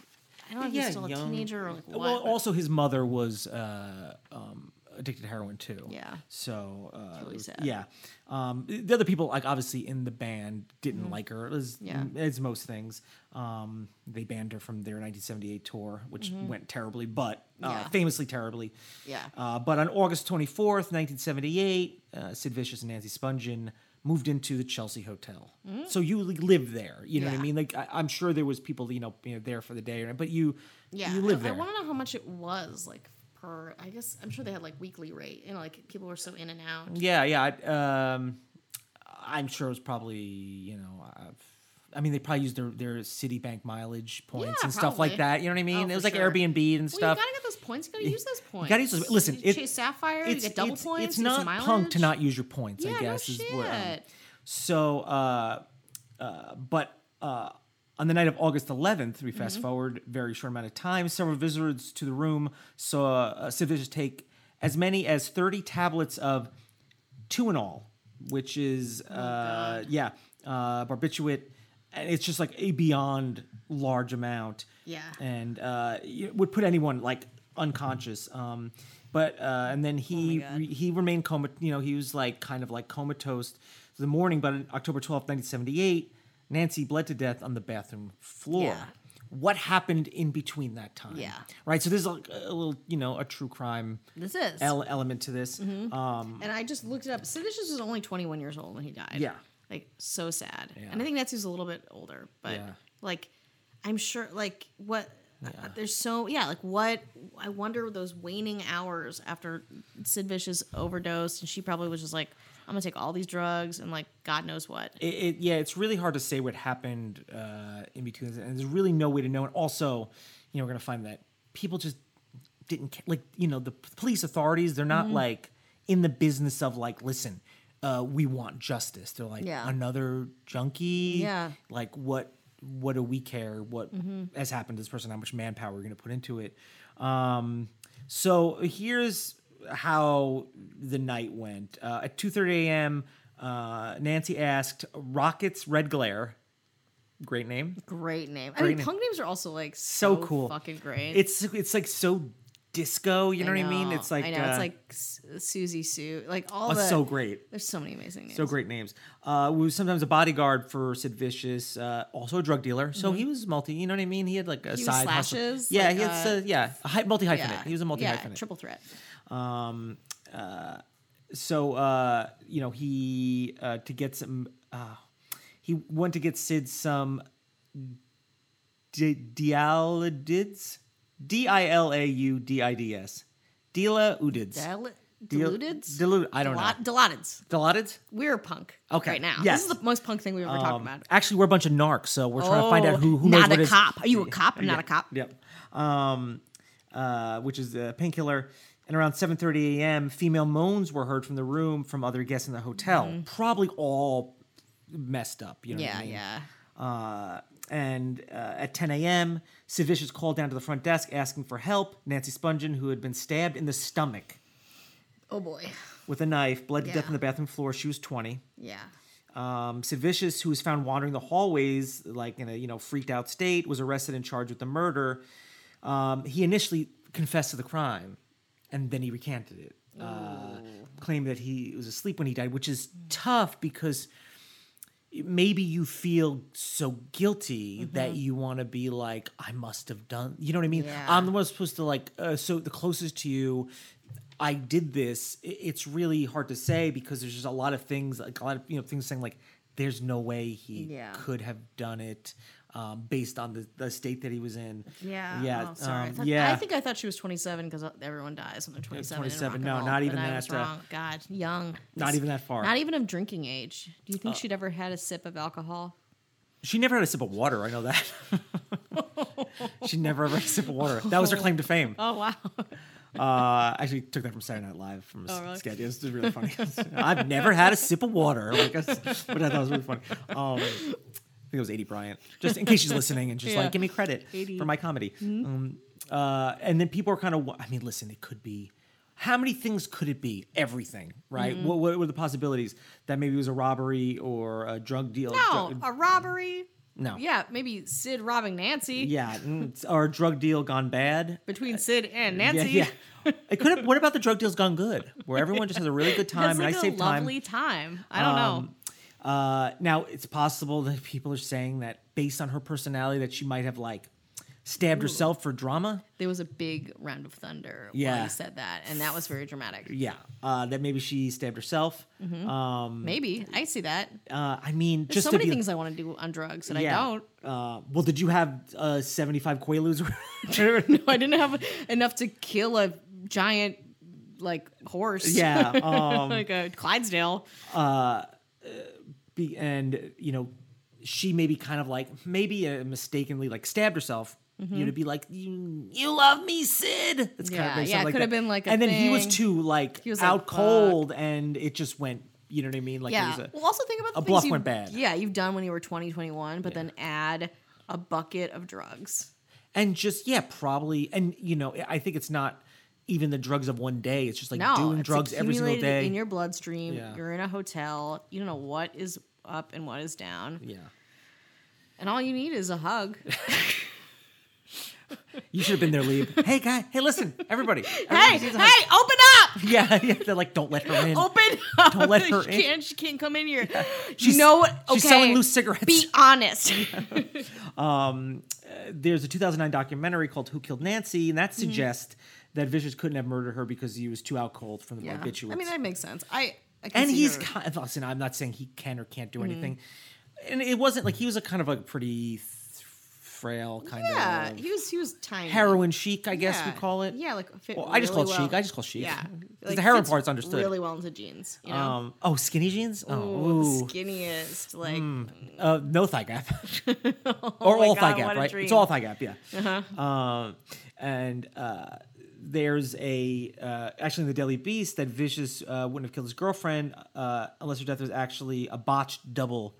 Speaker 8: I don't know if
Speaker 7: yeah
Speaker 8: he's still a teenager or like what.
Speaker 7: well
Speaker 8: but-
Speaker 7: also his mother was uh, um, addicted to heroin too
Speaker 8: Yeah.
Speaker 7: so uh,
Speaker 8: really sad.
Speaker 7: yeah um, the other people like obviously in the band didn't like her as,
Speaker 8: Mm-hmm. Yeah.
Speaker 7: as most things um, they banned her from their 1978 tour which went terribly but uh,
Speaker 8: Mm-hmm. Yeah.
Speaker 7: famously terribly
Speaker 8: Yeah.
Speaker 7: Uh, but on August 24th, 1978, uh, Sid Vicious and Nancy Spungen moved into the Chelsea Hotel. So you like, live there. You know what
Speaker 8: Mm. Yeah.
Speaker 7: I mean? Like I, I'm sure there was people you know, you know there for the day, but you
Speaker 8: yeah,
Speaker 7: you live
Speaker 8: I-
Speaker 7: there.
Speaker 8: I want to know how much it was like per. I guess I'm sure they had like weekly rate and like people were so in and out.
Speaker 7: yeah, yeah. I, um, I'm sure it was probably you know. i I mean, they probably used their their Citibank mileage points
Speaker 8: Yeah,
Speaker 7: and stuff like
Speaker 8: probably.
Speaker 7: that. You know what I mean?
Speaker 8: Oh,
Speaker 7: it was
Speaker 8: for
Speaker 7: like
Speaker 8: sure.
Speaker 7: Airbnb and
Speaker 8: Well,
Speaker 7: stuff.
Speaker 8: you gotta get those points. You gotta use those points.
Speaker 7: gotta use those- listen,
Speaker 8: you
Speaker 7: it-
Speaker 8: chase sapphire. You get double points.
Speaker 7: It's
Speaker 8: you get
Speaker 7: not
Speaker 8: some
Speaker 7: punk to
Speaker 8: mileage.
Speaker 7: not use your points.
Speaker 8: Yeah,
Speaker 7: I guess
Speaker 8: no
Speaker 7: is
Speaker 8: shit.
Speaker 7: what. um, So, uh, uh, but uh, on the night of August 11th, we fast forward very short amount of time. Several visitors to the room saw uh, Sid Vicious take as many as 30 tablets of two and all, which is uh, yeah, uh, barbiturate, and it's just like a beyond large amount.
Speaker 8: Yeah.
Speaker 7: and uh, it would put anyone like unconscious. Um, but uh, and then
Speaker 8: Oh
Speaker 7: he re- he remained coma. You know, he was like kind of like comatose to the morning. But on October twelfth, nineteen seventy eight, Nancy bled to death on the bathroom floor.
Speaker 8: Yeah.
Speaker 7: What happened in between that time?
Speaker 8: Yeah.
Speaker 7: right. So there's a, a little, you know, a true crime
Speaker 8: This Mm-hmm. is.
Speaker 7: ele- element to this.
Speaker 8: and I just looked it up. Sid Vicious was only 21 years old when he died.
Speaker 7: Yeah.
Speaker 8: Like, so sad. And I think Nancy's a little bit older, but
Speaker 7: Yeah.
Speaker 8: like, I'm sure, like, what. uh, There's so yeah, like what I wonder those waning hours after Sid Vicious overdosed, and she probably was just like, "I'm gonna take all these drugs and like God knows what."
Speaker 7: it, it, yeah, it's really hard to say what happened uh, in between, and there's really no way to know. And also, you know, we're gonna find that people just didn't ca- like, you know, the p- police authorities. They're not like in the business of like, listen, uh, we want justice. They're like
Speaker 8: Yeah.
Speaker 7: another junkie.
Speaker 8: Yeah. Mm-hmm.
Speaker 7: like what? What do we care? What has happened to this person? How much manpower we're gonna put into it? Um, so here's how the night went. Uh, at 2:30 a.m., uh, Nancy asked Rockets Red Glare. Great name.
Speaker 8: Great name. I mean,
Speaker 7: name.
Speaker 8: punk names are also like
Speaker 7: So cool.
Speaker 8: fucking great.
Speaker 7: It's it's like so disco. You know, what I mean? It's like
Speaker 8: I know
Speaker 7: uh,
Speaker 8: it's like Su- Susie Sue, like all
Speaker 7: oh,
Speaker 8: the
Speaker 7: so great.
Speaker 8: There's so many amazing names.
Speaker 7: So great names. Uh, was sometimes a bodyguard for Sid Vicious, uh, also a drug dealer. So he was multi. You know what I mean? He had like a
Speaker 8: Mm-hmm. was
Speaker 7: side
Speaker 8: slashes,
Speaker 7: hustle. Yeah,
Speaker 8: like,
Speaker 7: he had
Speaker 8: uh,
Speaker 7: uh, yeah, a hy- multi hyphenate.
Speaker 8: Yeah.
Speaker 7: He was a multi
Speaker 8: yeah,
Speaker 7: hyphenate.
Speaker 8: Triple threat.
Speaker 7: so uh, you know he uh, to get some uh, he went to get Sid some di- dialidids D I L A U D I D S Dila udids
Speaker 8: Del-
Speaker 7: Dil-
Speaker 8: Deludeds?
Speaker 7: Dilu- I don't know
Speaker 8: Dil- Deludeds.
Speaker 7: Dilatids
Speaker 8: We're punk.
Speaker 7: Okay,
Speaker 8: Right now.
Speaker 7: yes. Um,
Speaker 8: This is the most punk thing we've ever talked about.
Speaker 7: actually we're a bunch of narcs so we're trying to find out who who knows
Speaker 8: Oh, not
Speaker 7: what
Speaker 8: a
Speaker 7: is-
Speaker 8: cop. Are you a cop? I'm not a cop.
Speaker 7: Yep. Um, uh, which is a painkiller. And around 7:30 a.m., female moans were heard from the room from other guests in the hotel, probably all messed up. You know what
Speaker 8: Mm-hmm. Yeah,
Speaker 7: I mean?
Speaker 8: yeah.
Speaker 7: Uh, and uh, at 10 a.m., Sid Vicious called down to the front desk asking for help. Nancy Spungen, who had been stabbed in the stomach
Speaker 8: Oh boy.
Speaker 7: with a knife, bled to death
Speaker 8: Yeah.
Speaker 7: on the bathroom floor. She was 20.
Speaker 8: Yeah.
Speaker 7: Um, Sid Vicious, who was found wandering the hallways like in a you know freaked out state, was arrested and charged with the murder. Um, he initially confessed to the crime, and then he recanted it, uh, claimed that he was asleep when he died, which is tough because maybe you feel so guilty that you want to be like, I must have done. You know what I mean?
Speaker 8: Mm-hmm. Yeah.
Speaker 7: I'm the one supposed to like. Uh, so the closest to you, I did this. i- It's really hard to say because there's just a lot of things, like a lot of you know things saying like, there's no way he
Speaker 8: Yeah.
Speaker 7: could have done it. um, based on the, the state that he was in.
Speaker 8: Yeah.
Speaker 7: yeah,
Speaker 8: Oh, sorry. I
Speaker 7: um,
Speaker 8: thought-
Speaker 7: yeah.
Speaker 8: I think I thought she was 27 because everyone dies when they're 27.
Speaker 7: 27,
Speaker 8: 27.
Speaker 7: no, not even
Speaker 8: I
Speaker 7: that,
Speaker 8: was
Speaker 7: uh,
Speaker 8: wrong. God, young.
Speaker 7: not even that far. Uh,
Speaker 8: Not even of drinking age. Do you think she'd ever had a sip of alcohol?
Speaker 7: She never had a sip of water. I know that. she never ever had a sip of water. That was her claim to fame.
Speaker 8: Oh wow.
Speaker 7: Uh, I actually took that from Saturday Night Live from a
Speaker 8: Oh,
Speaker 7: s- sketch. It's just really funny. I've never had a sip of water, like, that's- but I thought it was really funny. Um, I think it was 80 Bryant, just in case she's listening and she's like, give me credit for my comedy.
Speaker 8: Mm-hmm.
Speaker 7: Um, uh, and then people are kind of, I mean, listen, it could be, how many things could it be? Everything, right?
Speaker 8: Mm-hmm.
Speaker 7: What, what were the possibilities that maybe it was a robbery or a drug deal?
Speaker 8: No,
Speaker 7: drug-
Speaker 8: a robbery.
Speaker 7: no.
Speaker 8: Yeah, maybe Sid robbing Nancy.
Speaker 7: Yeah, mm, or a drug deal gone bad.
Speaker 8: Between Sid and Nancy.
Speaker 7: Yeah, yeah. It could have. What about the drug deals gone good, where everyone just has a really good time
Speaker 8: That's
Speaker 7: and
Speaker 8: like
Speaker 7: I
Speaker 8: a
Speaker 7: save time.
Speaker 8: lovely time. I don't know.
Speaker 7: Uh, now it's possible that people are saying that based on her personality, that she might have like stabbed herself for drama.
Speaker 8: There was a big round of thunder
Speaker 7: Yeah.
Speaker 8: while you said that, and that was very dramatic.
Speaker 7: Yeah, uh, that maybe she stabbed herself. Um,
Speaker 8: Maybe I see that.
Speaker 7: uh, I mean,
Speaker 8: Mm-hmm. There's
Speaker 7: just
Speaker 8: so
Speaker 7: to
Speaker 8: many
Speaker 7: be-
Speaker 8: things I want to do on drugs that
Speaker 7: yeah.
Speaker 8: I don't.
Speaker 7: Uh, well, did you have uh, seventy-five quaaludes?
Speaker 8: no, I didn't have enough to kill a giant like horse.
Speaker 7: yeah. Um,
Speaker 8: like a Clydesdale.
Speaker 7: be, and you know she maybe kind of like maybe uh, mistakenly like stabbed herself you know to be like you you love me sid that's
Speaker 8: Mm-hmm. Yeah,
Speaker 7: makes
Speaker 8: yeah,
Speaker 7: it
Speaker 8: it could have been like a
Speaker 7: and then he was
Speaker 8: thing.
Speaker 7: too like
Speaker 8: was like,
Speaker 7: out cold and it just went you know what i mean like
Speaker 8: Yeah.
Speaker 7: it was a,
Speaker 8: well, also think about the
Speaker 7: a
Speaker 8: things
Speaker 7: bluff
Speaker 8: you-
Speaker 7: went bad.
Speaker 8: Yeah, you've done when you were 20, 21, but then add a bucket of drugs.
Speaker 7: and just yeah probably and you know i think it's not even the drugs of one day it's just like
Speaker 8: No,
Speaker 7: doing
Speaker 8: it's
Speaker 7: drugs every single
Speaker 8: accumulated
Speaker 7: day
Speaker 8: in your bloodstream.
Speaker 7: Yeah.
Speaker 8: You're in a hotel. You don't know what is up and what is down,
Speaker 7: yeah
Speaker 8: and all you need is a hug.
Speaker 7: you should have been there leave hey guy hey listen everybody
Speaker 8: hey,
Speaker 7: Everybody
Speaker 8: hey,
Speaker 7: needs a
Speaker 8: open
Speaker 7: hug.
Speaker 8: up!
Speaker 7: yeah, yeah they're like don't let her in
Speaker 8: Open up!
Speaker 7: Don't let her
Speaker 8: she
Speaker 7: in.
Speaker 8: Can't, she can't come in here.
Speaker 7: She's-
Speaker 8: you know what? Okay.
Speaker 7: she's selling loose cigarettes.
Speaker 8: Be honest.
Speaker 7: there's a 2009 documentary called Who Killed Nancy, and that
Speaker 8: Mm-hmm.
Speaker 7: suggests that Vicious couldn't have murdered her because he was too out cold from the
Speaker 8: Yeah.
Speaker 7: barbiturates.
Speaker 8: I mean, that makes sense. I, I can
Speaker 7: and
Speaker 8: see
Speaker 7: he's
Speaker 8: her- Mm-hmm.
Speaker 7: kind of, listen, I'm not saying he can or can't do anything. And it wasn't like he was a kind of a pretty th- frail kind
Speaker 8: yeah,
Speaker 7: of
Speaker 8: he was he was tiny.
Speaker 7: heroin chic, I guess we call it.
Speaker 8: Yeah, like fit
Speaker 7: Well, I just
Speaker 8: really
Speaker 7: call it chic.
Speaker 8: well.
Speaker 7: I just call it chic.
Speaker 8: Yeah,
Speaker 7: 'Cause the heroin
Speaker 8: fits
Speaker 7: part's understood.
Speaker 8: Really well into jeans. You know,
Speaker 7: Um, oh, skinny jeans?
Speaker 8: Ooh,
Speaker 7: Oh, ooh.
Speaker 8: the skinniest. Like
Speaker 7: Uh, no thigh gap. or all
Speaker 8: Oh God,
Speaker 7: thigh gap,
Speaker 8: what a
Speaker 7: right? It's
Speaker 8: dream. Uh-huh.
Speaker 7: all thigh gap, yeah. Um, and uh, there's a uh, actually in the Daily Beast that Vicious uh, wouldn't have killed his girlfriend uh, unless her death was actually a botched double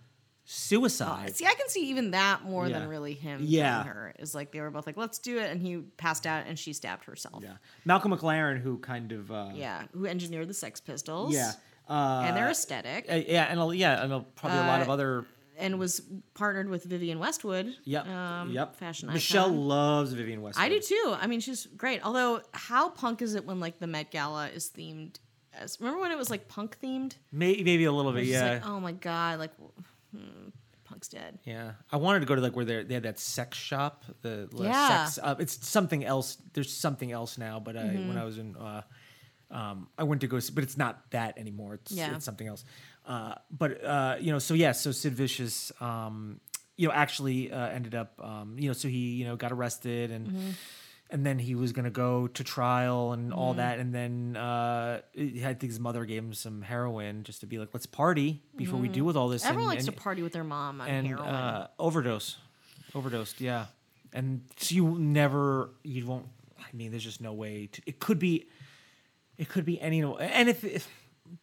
Speaker 7: suicide.
Speaker 8: see, I can see even that more
Speaker 7: Yeah.
Speaker 8: than really him.
Speaker 7: Yeah.
Speaker 8: Yeah, her is like they were both like, let's do it, and he passed out and she stabbed herself.
Speaker 7: yeah. Malcolm McLaren, who kind of uh,
Speaker 8: Yeah, who engineered the Sex Pistols?
Speaker 7: yeah, uh,
Speaker 8: and their aesthetic,
Speaker 7: uh, yeah, and a, yeah, and a, probably a lot
Speaker 8: Uh,
Speaker 7: of other
Speaker 8: and was partnered with Vivian Westwood.
Speaker 7: yep, yep.
Speaker 8: um, fashion
Speaker 7: Michelle
Speaker 8: icon.
Speaker 7: loves Vivian Westwood.
Speaker 8: I do too. I mean, she's great. Although, how punk is it when like the Met Gala is themed? As, remember when it was like punk themed?
Speaker 7: Maybe, maybe a little bit,
Speaker 8: It's
Speaker 7: yeah.
Speaker 8: just like, oh my god, like hmm, punk's dead.
Speaker 7: Yeah, I wanted to go to like where they they had that sex shop, the the
Speaker 8: Yeah.
Speaker 7: sex. Uh, it's something else. There's something else now, but I,
Speaker 8: Mm-hmm.
Speaker 7: when I was in, uh, um, I went to go, see, but it's not that anymore. It's,
Speaker 8: Yeah.
Speaker 7: it's something else. Uh, but uh, you know, so yeah, so Sid Vicious, um, you know, actually uh, ended up, um, you know, so he you know got arrested and.
Speaker 8: Mm-hmm.
Speaker 7: And then he was gonna go to trial and all
Speaker 8: Mm-hmm.
Speaker 7: that, and then uh, I think his mother gave him some heroin just to be like, "Let's party before we deal with all this." and-
Speaker 8: Mm-hmm. Everyone likes
Speaker 7: and-
Speaker 8: to party with their mom on
Speaker 7: and
Speaker 8: heroin.
Speaker 7: uh, overdose, overdosed. Yeah, and so you never, you won't. I mean, there's just no way. To, it could be, it could be any. And if, if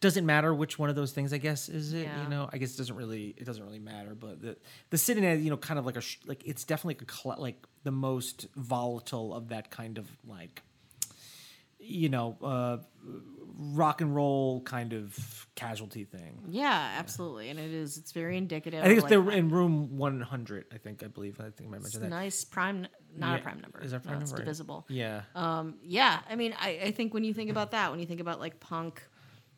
Speaker 7: doesn't matter which one of those things, I guess is it.
Speaker 8: Yeah.
Speaker 7: You know, I guess it doesn't really. It doesn't really matter. But the the sitting as you know, kind of like a sh- like it's definitely a cl- like the most volatile of that kind of like. You know, uh, rock and roll kind of casualty thing.
Speaker 8: yeah, absolutely, and it is. It's very indicative.
Speaker 7: I think it's
Speaker 8: of,
Speaker 7: the
Speaker 8: like,
Speaker 7: in room 100. I think I believe. I think I might
Speaker 8: it's
Speaker 7: mention
Speaker 8: a
Speaker 7: that.
Speaker 8: nice prime, not
Speaker 7: Yeah.
Speaker 8: a prime number.
Speaker 7: Is that a prime
Speaker 8: no, it's
Speaker 7: number?
Speaker 8: divisible. Um,
Speaker 7: Yeah.
Speaker 8: Yeah, I mean, I, I think when you think about that, when you think about like punk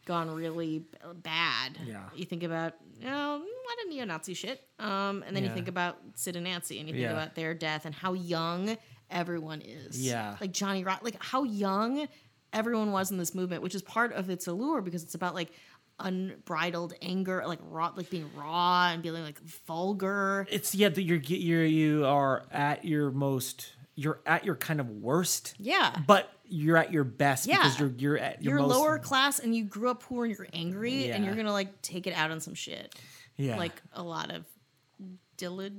Speaker 8: gone really b- bad,
Speaker 7: Yeah.
Speaker 8: you think about you know what a neo-Nazi shit, um, and then
Speaker 7: Yeah.
Speaker 8: you think about Sid and Nancy, and you think
Speaker 7: Yeah.
Speaker 8: about their death and how young everyone is.
Speaker 7: Yeah.
Speaker 8: like Johnny Rock, like how young everyone was in this movement, which is part of its allure because it's about like unbridled anger, like raw, like being raw and being like vulgar.
Speaker 7: It's yeah that you're ge- you're you are at your most. You're at your kind of worst.
Speaker 8: Yeah.
Speaker 7: But you're at your best
Speaker 8: Yeah.
Speaker 7: because you're you're at your
Speaker 8: You're
Speaker 7: most,
Speaker 8: lower class and you grew up poor and you're angry and
Speaker 7: Yeah.
Speaker 8: you're gonna like take it out on some shit.
Speaker 7: Yeah.
Speaker 8: Like a lot of dilid.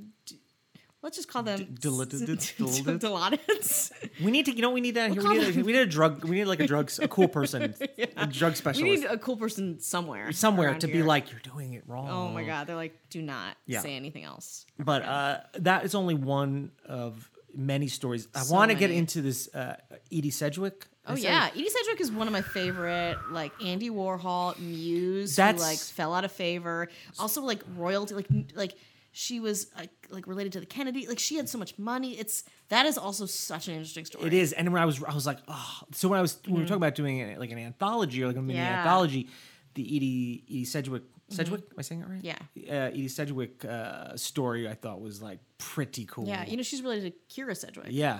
Speaker 8: Let's just call them
Speaker 7: dilididid- dilidid-
Speaker 8: dilidits.
Speaker 7: We need to, you know, what we need down here.
Speaker 8: call
Speaker 7: We need,
Speaker 8: them-
Speaker 7: we need a drug. We need like a drug, a cool person, a drug
Speaker 8: We
Speaker 7: specialist
Speaker 8: need a cool person somewhere.
Speaker 7: somewhere
Speaker 8: around
Speaker 7: to be
Speaker 8: here.
Speaker 7: like, you're doing it wrong.
Speaker 8: Oh my god, they're like, do not
Speaker 7: Yeah.
Speaker 8: say anything else.
Speaker 7: But uh, that is only one of many stories. I want to get
Speaker 8: many.
Speaker 7: into this uh, Edie Sedgwick. I
Speaker 8: Oh
Speaker 7: said-
Speaker 8: yeah, Edie Sedgwick is one of my favorite, like Andy Warhol, Muse,
Speaker 7: That's-
Speaker 8: who like fell out of favor. Also like royalty, like like she was like, like related to the Kennedy. Like she had so much money. It's that is also such an interesting story.
Speaker 7: It is, and when I was, I was like, oh. So when I was, when we were talking about doing it, like an anthology or like a mini
Speaker 8: Mm-hmm. Yeah. Mm-hmm.
Speaker 7: anthology, the Edie, Edie Sedgwick, Sedgwick, am I saying it right?
Speaker 8: Yeah.
Speaker 7: Uh, Edie Sedgwick uh, story, I thought was like pretty cool.
Speaker 8: Yeah, you know she's related to Kira Sedgwick.
Speaker 7: yeah,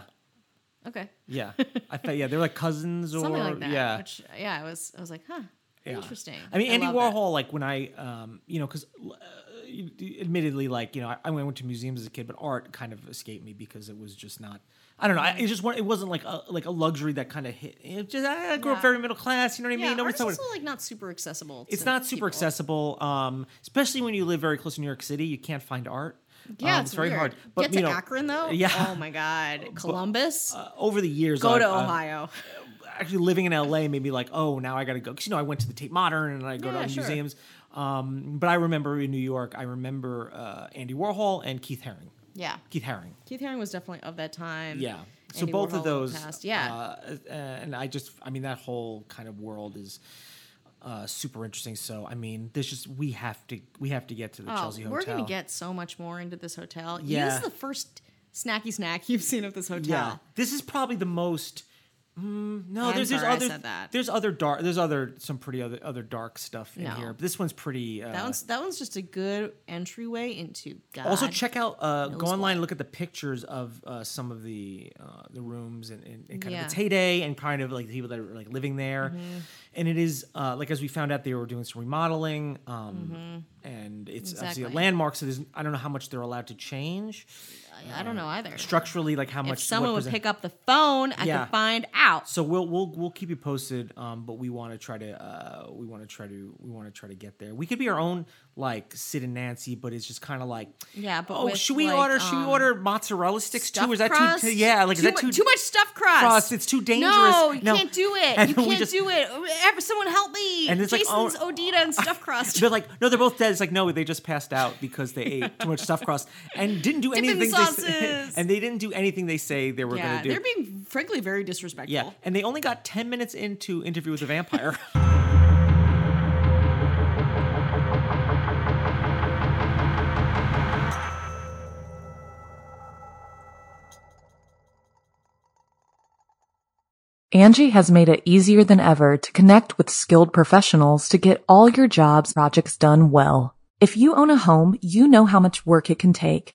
Speaker 8: Okay,
Speaker 7: yeah. I thought, yeah, they were like cousins or
Speaker 8: something like that.
Speaker 7: yeah,
Speaker 8: Which, yeah, I was I was like, huh,
Speaker 7: Yeah.
Speaker 8: interesting.
Speaker 7: I mean, Andy
Speaker 8: love that.
Speaker 7: Warhol, like when I, um, you know, because uh, admittedly, like you know, I, I went to museums as a kid, but art kind of escaped me because it was just not. I don't know. I, it just wa- it wasn't like a like a luxury that kind of hit. It just "Ah, I grew up
Speaker 8: Yeah.
Speaker 7: very middle class. You know what I
Speaker 8: Yeah,
Speaker 7: mean? Nobody
Speaker 8: art's
Speaker 7: saw what-
Speaker 8: also like not super accessible. to
Speaker 7: it's not super
Speaker 8: people.
Speaker 7: accessible, um, especially when you live very close to New York City. You can't find art.
Speaker 8: Yeah,
Speaker 7: Um,
Speaker 8: it's, very hard.
Speaker 7: But
Speaker 8: Get
Speaker 7: you
Speaker 8: to
Speaker 7: know,
Speaker 8: Akron though.
Speaker 7: yeah.
Speaker 8: Oh my God, Columbus.
Speaker 7: uh, over the years,
Speaker 8: Go
Speaker 7: I've-
Speaker 8: to
Speaker 7: I've-
Speaker 8: Ohio.
Speaker 7: actually living in LA made me like, oh, now I gotta go. Cause you know, I went to the Tate Modern and I go to
Speaker 8: Yeah,
Speaker 7: other
Speaker 8: sure.
Speaker 7: museums. Um, but I remember in New York, I remember uh, Andy Warhol and Keith Haring.
Speaker 8: yeah.
Speaker 7: Keith Haring.
Speaker 8: Keith Haring was definitely of that time.
Speaker 7: Yeah. So
Speaker 8: Andy
Speaker 7: both
Speaker 8: Warhol
Speaker 7: of those.
Speaker 8: passed. Yeah.
Speaker 7: Uh, uh, and I just, I mean, that whole kind of world is. Uh, super interesting. So I mean, this just we have to we have to get to the
Speaker 8: oh,
Speaker 7: Chelsea
Speaker 8: we're
Speaker 7: Hotel.
Speaker 8: gonna get so much more into this hotel. Yeah.
Speaker 7: Yeah.
Speaker 8: this is the first snacky snack you've seen of this hotel.
Speaker 7: Yeah, this is probably the most. Mm, no,
Speaker 8: I'm
Speaker 7: there's there's
Speaker 8: sorry I
Speaker 7: other
Speaker 8: said that.
Speaker 7: there's other dark there's other some pretty other other dark stuff in
Speaker 8: No.
Speaker 7: here. But this one's pretty. Uh,
Speaker 8: That one's that one's just a good entryway into God.
Speaker 7: Also, check out uh, go
Speaker 8: knows
Speaker 7: online, look at the pictures of uh, some of the uh, the rooms and, and, and kind
Speaker 8: Yeah. Mm-hmm.
Speaker 7: of its heyday and kind of like the people that are like living there. And it is uh, like as we found out, they were doing some remodeling, um, and it's obviously a
Speaker 8: Mm-hmm. Exactly.
Speaker 7: landmark. So there's, I don't know how much they're allowed to change
Speaker 8: I, I don't know either.
Speaker 7: structurally, like how
Speaker 8: if
Speaker 7: much
Speaker 8: someone
Speaker 7: what
Speaker 8: would
Speaker 7: percent-
Speaker 8: pick up the phone, I
Speaker 7: Yeah.
Speaker 8: could find out.
Speaker 7: So we'll we'll we'll keep you posted. Um, but we want to try to uh, we want to try to we want to try to get there. We could be our own like Sid and Nancy, but it's just kind of like
Speaker 8: Yeah, but
Speaker 7: oh,
Speaker 8: with,
Speaker 7: should we
Speaker 8: like,
Speaker 7: order should we
Speaker 8: um,
Speaker 7: order mozzarella sticks too?
Speaker 8: Stuffed
Speaker 7: Or is that
Speaker 8: crust?
Speaker 7: too, too yeah like is that
Speaker 8: mu-
Speaker 7: too
Speaker 8: too much stuffed crust?
Speaker 7: crust? It's too dangerous.
Speaker 8: No, you
Speaker 7: No.
Speaker 8: can't do it.
Speaker 7: And
Speaker 8: You
Speaker 7: we
Speaker 8: can't
Speaker 7: just-
Speaker 8: do it. Ever, someone help me!
Speaker 7: And it's like, oh-
Speaker 8: Jason's Odita and stuffed crust.
Speaker 7: They're like no, they're both dead. It's like no, they just passed out because they ate too much stuffed crust and didn't do
Speaker 8: Dipping
Speaker 7: anything. They, s-
Speaker 8: sauces.
Speaker 7: and they didn't do anything they say they were going
Speaker 8: yeah,
Speaker 7: to do.
Speaker 8: they're being frankly very disrespectful.
Speaker 7: yeah, and they only got ten minutes into Interview with the Vampire.
Speaker 1: Angie has made it easier than ever to connect with skilled professionals to get all your jobs projects done well. If you own a home, you know how much work it can take,